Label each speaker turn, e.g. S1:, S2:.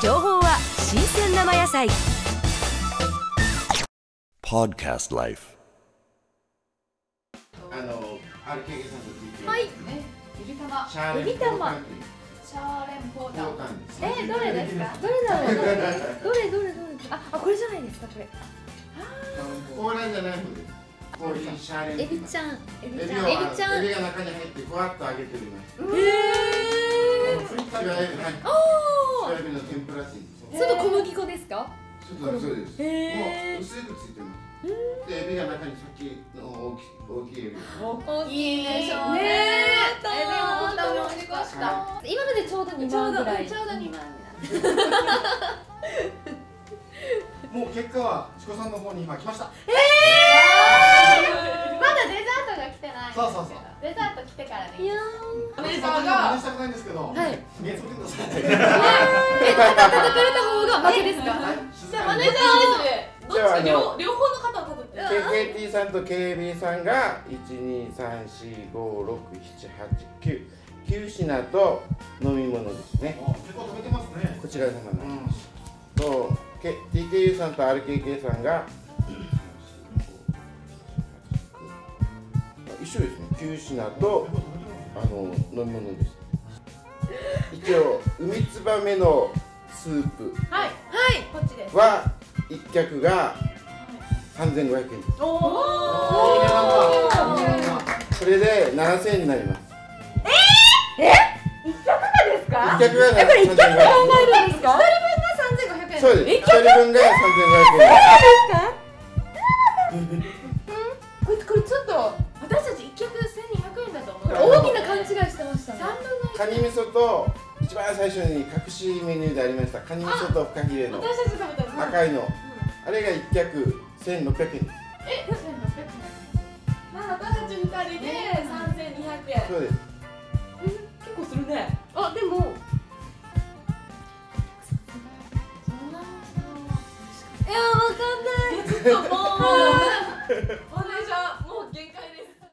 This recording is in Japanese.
S1: 情報は新鮮生野菜
S2: Podcast Life.
S3: あの、RKK さんと TK
S4: はい
S3: シ
S4: ね、ゆりたま。
S3: ャーレン
S4: ゆりたま。
S3: 交
S4: シャーレンポーター。
S3: 換です
S4: え
S3: ね。
S4: ー、どれですか。
S1: どれだろうどれどれどれどれああこれじゃないですかこれ
S3: 甲羅じゃない方です。氷にシャーレン。
S1: エビちゃんエビ
S3: エ
S1: ち
S3: ビ
S1: ゃん
S3: を
S4: エビちゃん
S3: エビが中に入って、ふわっと揚げております。
S1: え
S3: しばらくはい
S1: お
S3: しばらくの天ぷら水ですね。
S1: それと小麦粉ですか
S3: そうですそうです。
S1: へー
S3: もう薄くついてます。で、エビが中にさっきの大き大きいエビ。
S1: 大
S4: いいでしょうね
S1: ねえ
S4: エビもとても美味しかった。
S1: 今のでちょうど2万ぐらい
S4: ちょうど二万。
S5: もう結果はチコさんの方に今来ました。
S4: まだデザートが来てない。
S5: そうそうそう
S4: デザート来てからね。
S1: いや
S5: アメリカが真似したくないんですけど、
S1: はい
S5: 目つぶってください。
S1: ー叩かれた方が負けですか
S5: じゃあマネ
S6: えじゃあ、
S7: じゃああの
S6: どっちか両両方の肩を立てて。
S7: KKT さんと KB さんが123456789品と飲み物ですね
S5: 結構食べてますね。
S7: こちら様
S3: う
S7: の
S3: ん。
S7: と K- TKU さんと RKK さんが一緒ですね9品とあの飲み物です一応海ツバメのスープ
S6: は
S1: は
S6: い。
S1: い
S6: こっちです。
S7: は一脚が3500円です
S6: おお。
S5: おーいいねなんか
S7: それで7000円になります
S1: 一脚がですか
S7: 一脚が
S1: えこれ一脚で考
S7: 3500
S1: えるんですか
S4: 三千五百円。
S7: 円そうです一人分が3500
S1: これこれちょっと
S6: 私たち一脚千二百円だと思う。
S1: これ大きな勘違いしてましたね
S6: 三分
S7: 円カニ味噌と一番最初に隠しメニューでありましたカニ味噌とフカヒレ
S6: の
S7: の
S6: 一。私たち食べたの。
S7: 赤いのあれが一脚1600円です
S6: え、千六百円。まあ私たち二人で三千二百円。
S7: そうです
S6: 結構するね。
S1: あでもいやわかんない
S6: ちょっともう。